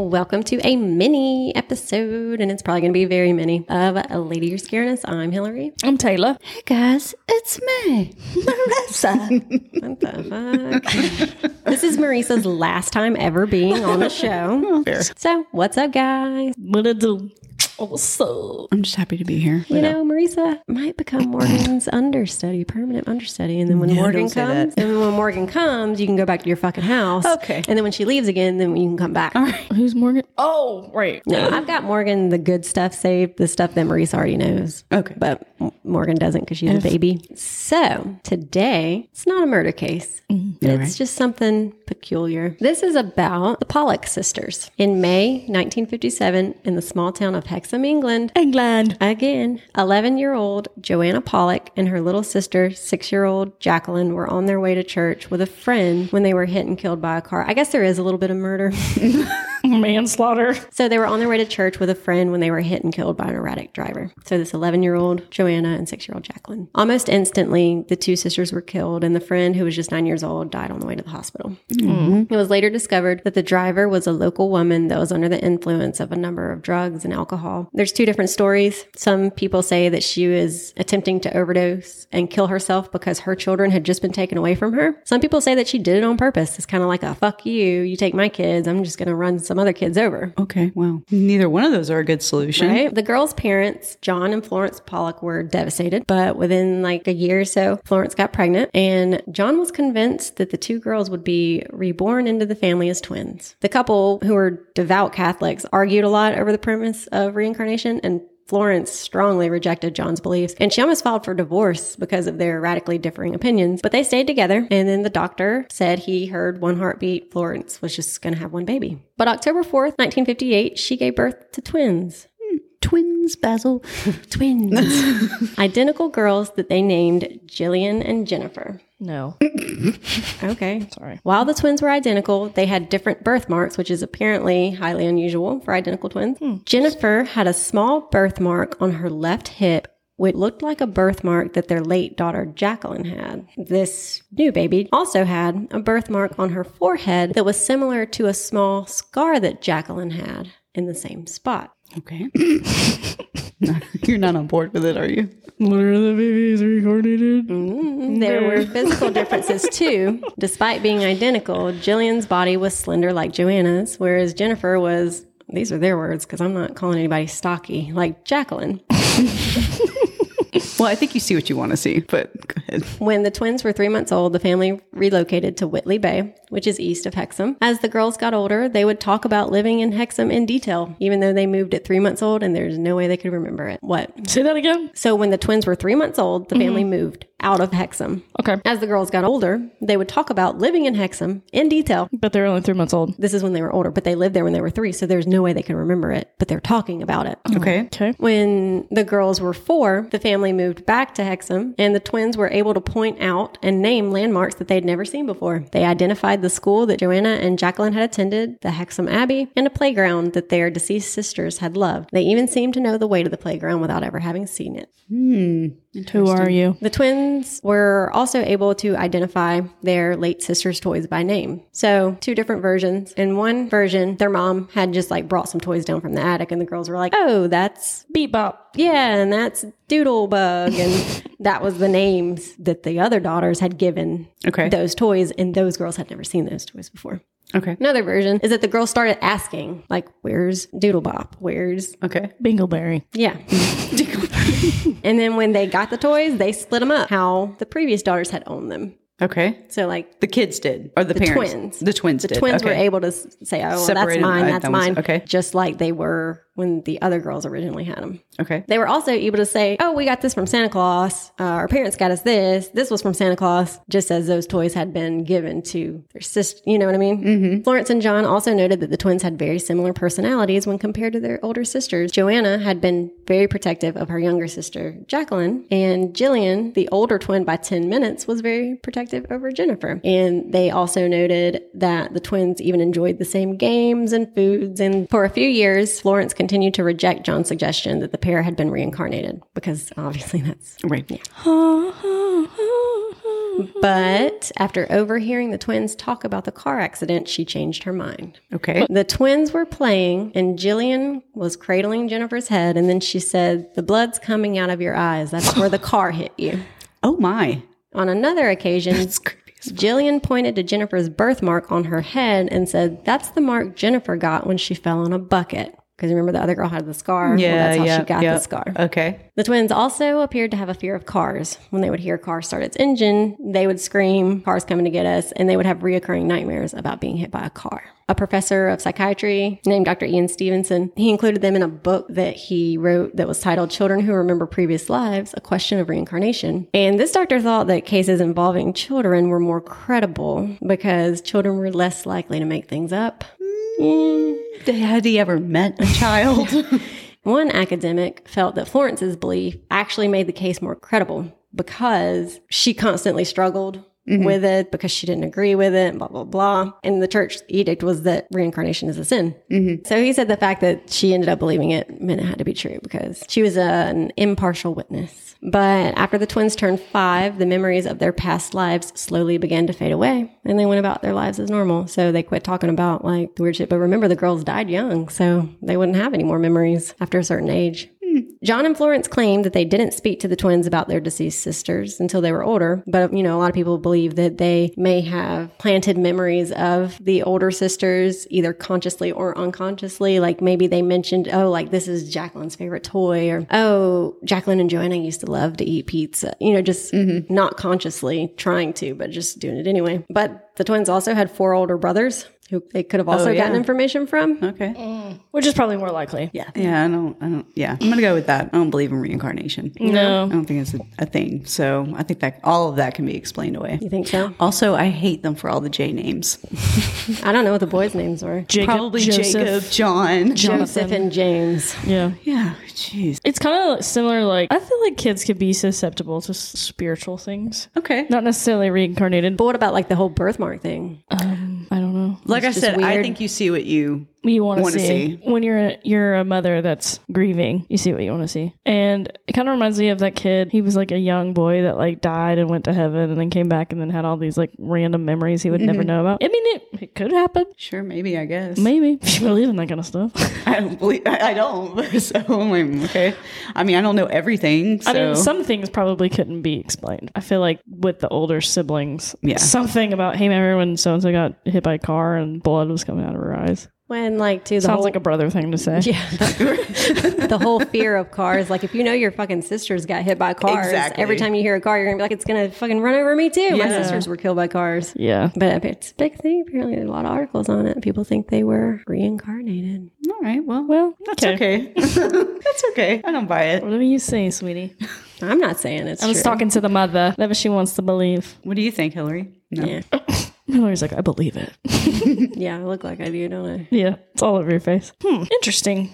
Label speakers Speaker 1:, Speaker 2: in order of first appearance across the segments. Speaker 1: Welcome to a mini episode, and it's probably going to be very mini of a Lady You're Scaring Us. I'm Hillary.
Speaker 2: I'm Taylor.
Speaker 3: Hey guys, it's me, Marissa.
Speaker 1: What the fuck? this is Marissa's last time ever being on the show. So, what's up, guys?
Speaker 2: What it do? What's up?
Speaker 3: I'm just happy to be here.
Speaker 1: You know, Marissa might become Morgan's understudy, permanent understudy. And then when Morgan
Speaker 3: don't say
Speaker 1: comes, and when Morgan comes, you can go back to your fucking house.
Speaker 2: Okay.
Speaker 1: And then when she leaves again, then you can come back.
Speaker 2: Who's Morgan? Oh, right.
Speaker 1: No, I've got Morgan the good stuff saved, the stuff that Maurice already knows.
Speaker 3: Okay.
Speaker 1: But M- Morgan doesn't because she's a baby. So today, it's not a murder case. it's just something peculiar. This is about the Pollock sisters in May 1957 in the small town of Hexham, England.
Speaker 2: England.
Speaker 1: Again, 11 year old Joanna Pollock and her little sister, six year old Jacqueline, were on their way to church with a friend when they were hit and killed by a car. I guess there is a little bit of murder.
Speaker 2: Manslaughter.
Speaker 1: So they were on their way to church with a friend when they were hit and killed by an erratic driver. So this 11 year old Joanna and 6 year old Jacqueline. Almost instantly, the two sisters were killed, and the friend, who was just nine years old, died on the way to the hospital. It was later discovered that the driver was a local woman that was under the influence of a number of drugs and alcohol. There's two different stories. Some people say that she was attempting to overdose and kill herself because her children had just been taken away from her. Some people say that she did it on purpose. It's kind of like a fuck you, you take my kids, I'm just going to run some other kids over.
Speaker 3: Okay, well, neither one of those are a good solution.
Speaker 1: Right? The girls' parents, John and Florence Pollock, were devastated, but within like a year or so, Florence got pregnant, and John was convinced that the two girls would be reborn into the family as twins. The couple, who were devout Catholics, argued a lot over the premise of reincarnation and Florence strongly rejected John's beliefs, and she almost filed for divorce because of their radically differing opinions. But they stayed together, and then the doctor said he heard one heartbeat. Florence was just going to have one baby. But October 4th, 1958, she gave birth to twins
Speaker 3: Twins, Basil.
Speaker 1: twins. Identical girls that they named Jillian and Jennifer.
Speaker 2: No.
Speaker 1: Okay.
Speaker 2: Sorry.
Speaker 1: While the twins were identical, they had different birthmarks, which is apparently highly unusual for identical twins. Jennifer had a small birthmark on her left hip. Which looked like a birthmark that their late daughter Jacqueline had. This new baby also had a birthmark on her forehead that was similar to a small scar that Jacqueline had in the same spot.
Speaker 3: Okay. You're not on board with it, are you?
Speaker 2: What are the babies reincarnated?
Speaker 1: There were physical differences too. Despite being identical, Jillian's body was slender like Joanna's, whereas Jennifer was, these are their words because I'm not calling anybody stocky, like Jacqueline.
Speaker 3: Well, I think you see what you want to see, but go ahead.
Speaker 1: When the twins were three months old, the family relocated to Whitley Bay, which is east of Hexham. As the girls got older, they would talk about living in Hexham in detail, even though they moved at three months old and there's no way they could remember it. What?
Speaker 2: Say that again.
Speaker 1: So when the twins were three months old, the family moved out of Hexham.
Speaker 2: Okay.
Speaker 1: As the girls got older, they would talk about living in Hexham in detail.
Speaker 2: But they're only three months old.
Speaker 1: This is when they were older, but they lived there when they were three, so there's no way they can remember it, but they're talking about it.
Speaker 3: Okay.
Speaker 2: Okay.
Speaker 1: When the girls were four, the family moved back to Hexham, and the twins were able to point out and name landmarks that they'd never seen before. They identified the school that Joanna and Jacqueline had attended, the Hexham Abbey, and a playground that their deceased sisters had loved. They even seemed to know the way to the playground without ever having seen it.
Speaker 2: Who are you?
Speaker 1: The twins were also able to identify their late sister's toys by name. So, two different versions. In one version, their mom had just like brought some toys down from the attic, and the girls were like, oh, that's,
Speaker 2: Beat bop.
Speaker 1: yeah, and that's Doodlebug. And that was the names that the other daughters had given
Speaker 3: Okay.
Speaker 1: those toys, and those girls had never seen those toys before.
Speaker 3: Okay.
Speaker 1: Another version is that the girls started asking, like, where's Doodlebop? Where's,
Speaker 3: Okay.
Speaker 2: Bingleberry.
Speaker 1: yeah. And then when they got the toys, they split them up how the previous daughters had owned them.
Speaker 3: okay.
Speaker 1: So like
Speaker 3: The kids did, or the, parents?
Speaker 1: twins.
Speaker 3: The twins
Speaker 1: the
Speaker 3: did.
Speaker 1: twins were
Speaker 3: okay.
Speaker 1: able to s- say, "Oh, well, that's
Speaker 3: Separated
Speaker 1: mine,
Speaker 3: by-
Speaker 1: that's
Speaker 3: that one's-
Speaker 1: mine."
Speaker 3: okay.
Speaker 1: just like they were when the other girls originally had them.
Speaker 3: Okay.
Speaker 1: They were also able to say, "Oh, we got this from Santa Claus. Uh, our parents got us this. This was from Santa Claus." Just as those toys had been given to their sister, you know what I mean? Mm-hmm. Florence and John also noted that the twins had very similar personalities when compared to their older sisters. Joanna had been very protective of her younger sister Jacqueline, and Jillian, the older twin by ten minutes, was very protective over Jennifer. And they also noted that the twins even enjoyed the same games and foods. And for a few years, Florence continued to reject John's suggestion that the pair had been reincarnated because obviously that's
Speaker 3: Right.
Speaker 1: But after overhearing the twins talk about the car accident, she changed her mind.
Speaker 3: Okay.
Speaker 1: The twins were playing, and Jillian was cradling Jennifer's head, and then she said, The blood's coming out of your eyes. That's where the car hit you.
Speaker 3: Oh my.
Speaker 1: On another occasion, Jillian pointed to Jennifer's birthmark on her head and said, That's the mark Jennifer got when she fell on a bucket. Because remember, the other girl had the scar. Well, that's how she got
Speaker 3: yeah.
Speaker 1: the scar.
Speaker 3: Okay.
Speaker 1: The twins also appeared to have a fear of cars. When they would hear a car start its engine, they would scream, cars coming to get us, and they would have reoccurring nightmares about being hit by a car. A professor of psychiatry named Dr. Ian Stevenson, he included them in a book that he wrote that was titled Children Who Remember Previous Lives, A Question of Reincarnation. And this doctor thought that cases involving children were more credible because children were less likely to make things up.
Speaker 3: Had he ever met a child?
Speaker 1: One academic felt that Florence's belief actually made the case more credible because she constantly struggled with it because she didn't agree with it, blah, blah, blah. And the church edict was that reincarnation is a sin. So he said the fact that she ended up believing it meant it had to be true because she was an impartial witness. But after the twins turned five, the memories of their past lives slowly began to fade away and they went about their lives as normal. So they quit talking about like the weird shit. But remember, the girls died young, so they wouldn't have any more memories after a certain age. John and Florence claimed that they didn't speak to the twins about their deceased sisters until they were older, but you know, a lot of people believe that they may have planted memories of the older sisters either consciously or unconsciously. Like maybe they mentioned, oh, like this is Jacqueline's favorite toy, or oh, Jacqueline and Joanna used to love to eat pizza, you know, just not consciously trying to, but just doing it anyway. But the twins also had four older brothers who they could have also
Speaker 3: yeah.
Speaker 1: gotten information from.
Speaker 3: okay.
Speaker 2: Which is probably more likely.
Speaker 3: Yeah. Yeah. I don't. I don't. Yeah. I'm gonna go with that. I don't believe in reincarnation.
Speaker 2: No.
Speaker 3: I don't think it's a, a thing. So I think that all of that can be explained away.
Speaker 1: You think so?
Speaker 3: Also, I hate them for all the J names.
Speaker 1: I don't know what the boys' names were.
Speaker 2: Jacob,
Speaker 3: Probably Jacob, John.
Speaker 1: Joseph and James.
Speaker 2: Yeah.
Speaker 3: Yeah. Jeez.
Speaker 2: It's kind of similar. Like I feel like kids could be susceptible to s- spiritual things,
Speaker 3: Okay.
Speaker 2: not necessarily reincarnated. But
Speaker 1: But
Speaker 2: um,
Speaker 1: what about like the whole birthmark thing?
Speaker 2: I don't know.
Speaker 3: like I
Speaker 1: just
Speaker 3: said, I
Speaker 1: weird.
Speaker 3: think you see what you.
Speaker 2: you want to
Speaker 3: Wanna
Speaker 2: see.
Speaker 3: see.
Speaker 2: when you're a, you're a mother that's grieving. You see what you want to see, and it kind of reminds me of that kid. He was like a young boy that like died and went to heaven, and then came back and then had all these like random memories he would
Speaker 3: Mm-hmm.
Speaker 2: never know about. I mean, it, it could happen.
Speaker 3: Sure. Maybe. I guess.
Speaker 2: Maybe if you believe in that kind of stuff.
Speaker 3: I don't believe. I, I don't. So I'm okay. I mean, I don't know everything. So
Speaker 2: I mean, some things probably couldn't be explained. I feel like with the older siblings,
Speaker 3: Yeah.
Speaker 2: something about hey, remember when so and so got hit by a car and blood was coming out of her eyes?
Speaker 1: When like to the
Speaker 2: Sounds
Speaker 1: whole
Speaker 2: like a brother thing to say.
Speaker 1: yeah, the, the whole fear of cars. Like if you know your fucking sisters got hit by cars,
Speaker 3: Exactly.
Speaker 1: every time you hear a car, you're gonna be like, it's gonna fucking run over me too. My sisters were killed by cars.
Speaker 2: Yeah.
Speaker 1: But it's a big thing. Apparently, there are a lot of articles on it. People think they were reincarnated.
Speaker 3: all right. Well,
Speaker 2: Well,
Speaker 3: that's okay. that's okay. I don't buy it.
Speaker 2: Whatever you say, sweetie.
Speaker 1: I'm not saying it's
Speaker 2: I was
Speaker 1: true.
Speaker 2: talking to the mother. That was she wants to believe.
Speaker 3: What do you think, Hillary? No.
Speaker 1: Yeah.
Speaker 2: Hillary's like, I believe it.
Speaker 1: yeah, I look like I do, don't I?
Speaker 2: yeah, it's all over your face. Hmm. Interesting.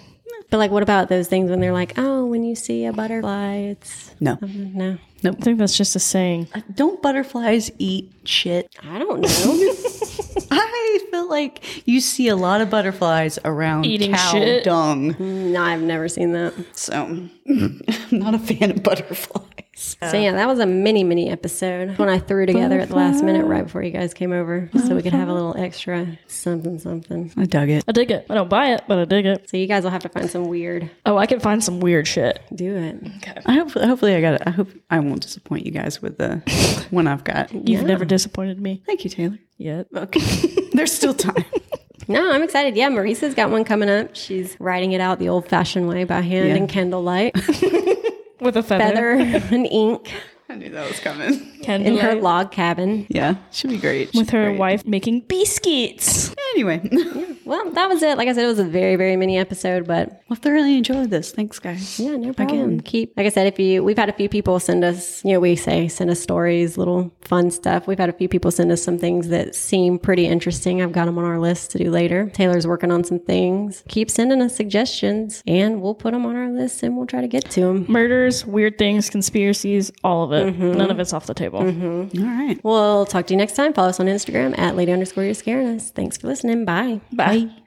Speaker 1: But like, what about those things when they're like, oh, when you see a butterfly, it's
Speaker 3: No.
Speaker 1: no.
Speaker 2: I think that's just a saying.
Speaker 3: Uh, Don't butterflies eat shit?
Speaker 1: I don't know.
Speaker 3: I feel like you see a lot of butterflies around
Speaker 2: Eating
Speaker 3: cow
Speaker 2: shit.
Speaker 3: dung.
Speaker 1: no, I've never seen that.
Speaker 3: So I'm not a fan of butterflies.
Speaker 1: So yeah, that was a mini mini episode when I threw together at the last minute right before you guys came over, so we could have a little extra something something.
Speaker 3: I dug it.
Speaker 2: I dig it. I don't buy it, but I dig it.
Speaker 1: So you guys will have to find some weird.
Speaker 2: Oh, I can find some weird shit.
Speaker 1: Do it.
Speaker 3: I hope, hopefully I got it. I hope I won't disappoint you guys with the one I've got.
Speaker 2: You've never disappointed me
Speaker 3: Thank you, Taylor.
Speaker 2: yet.
Speaker 3: Okay. There's still time.
Speaker 1: No, I'm excited. Yeah, Marisa's got one coming up. She's writing it out the old fashioned way by hand
Speaker 3: Yeah.
Speaker 1: and candlelight,
Speaker 2: With a feather.
Speaker 1: feather and ink
Speaker 3: I knew that was coming.
Speaker 1: in
Speaker 2: Candlelight.
Speaker 1: her log cabin.
Speaker 3: Yeah. Should be great. Should
Speaker 2: with
Speaker 3: be
Speaker 2: her
Speaker 3: great.
Speaker 2: wife making biscuits.
Speaker 3: Anyway. well,
Speaker 1: Well, that was it. Like I said, it was a very very mini episode, but
Speaker 3: I've thoroughly enjoyed this. Thanks, guys.
Speaker 1: Yeah, no problem. Keep like I said, if you we've had a few people send us, you know, we say send us stories, little fun stuff. We've had a few people send us some things that seem pretty interesting. I've got them on our list to do later. Taylor's working on some things. Keep sending us suggestions, and we'll put them on our list, and we'll try to get to them.
Speaker 2: Murders, weird things, conspiracies, all of it. None of it's off the table.
Speaker 3: All right.
Speaker 1: We'll talk to you next time. Follow us on Instagram at lady underscore you're scaring us. Thanks for listening. Bye.
Speaker 2: Bye.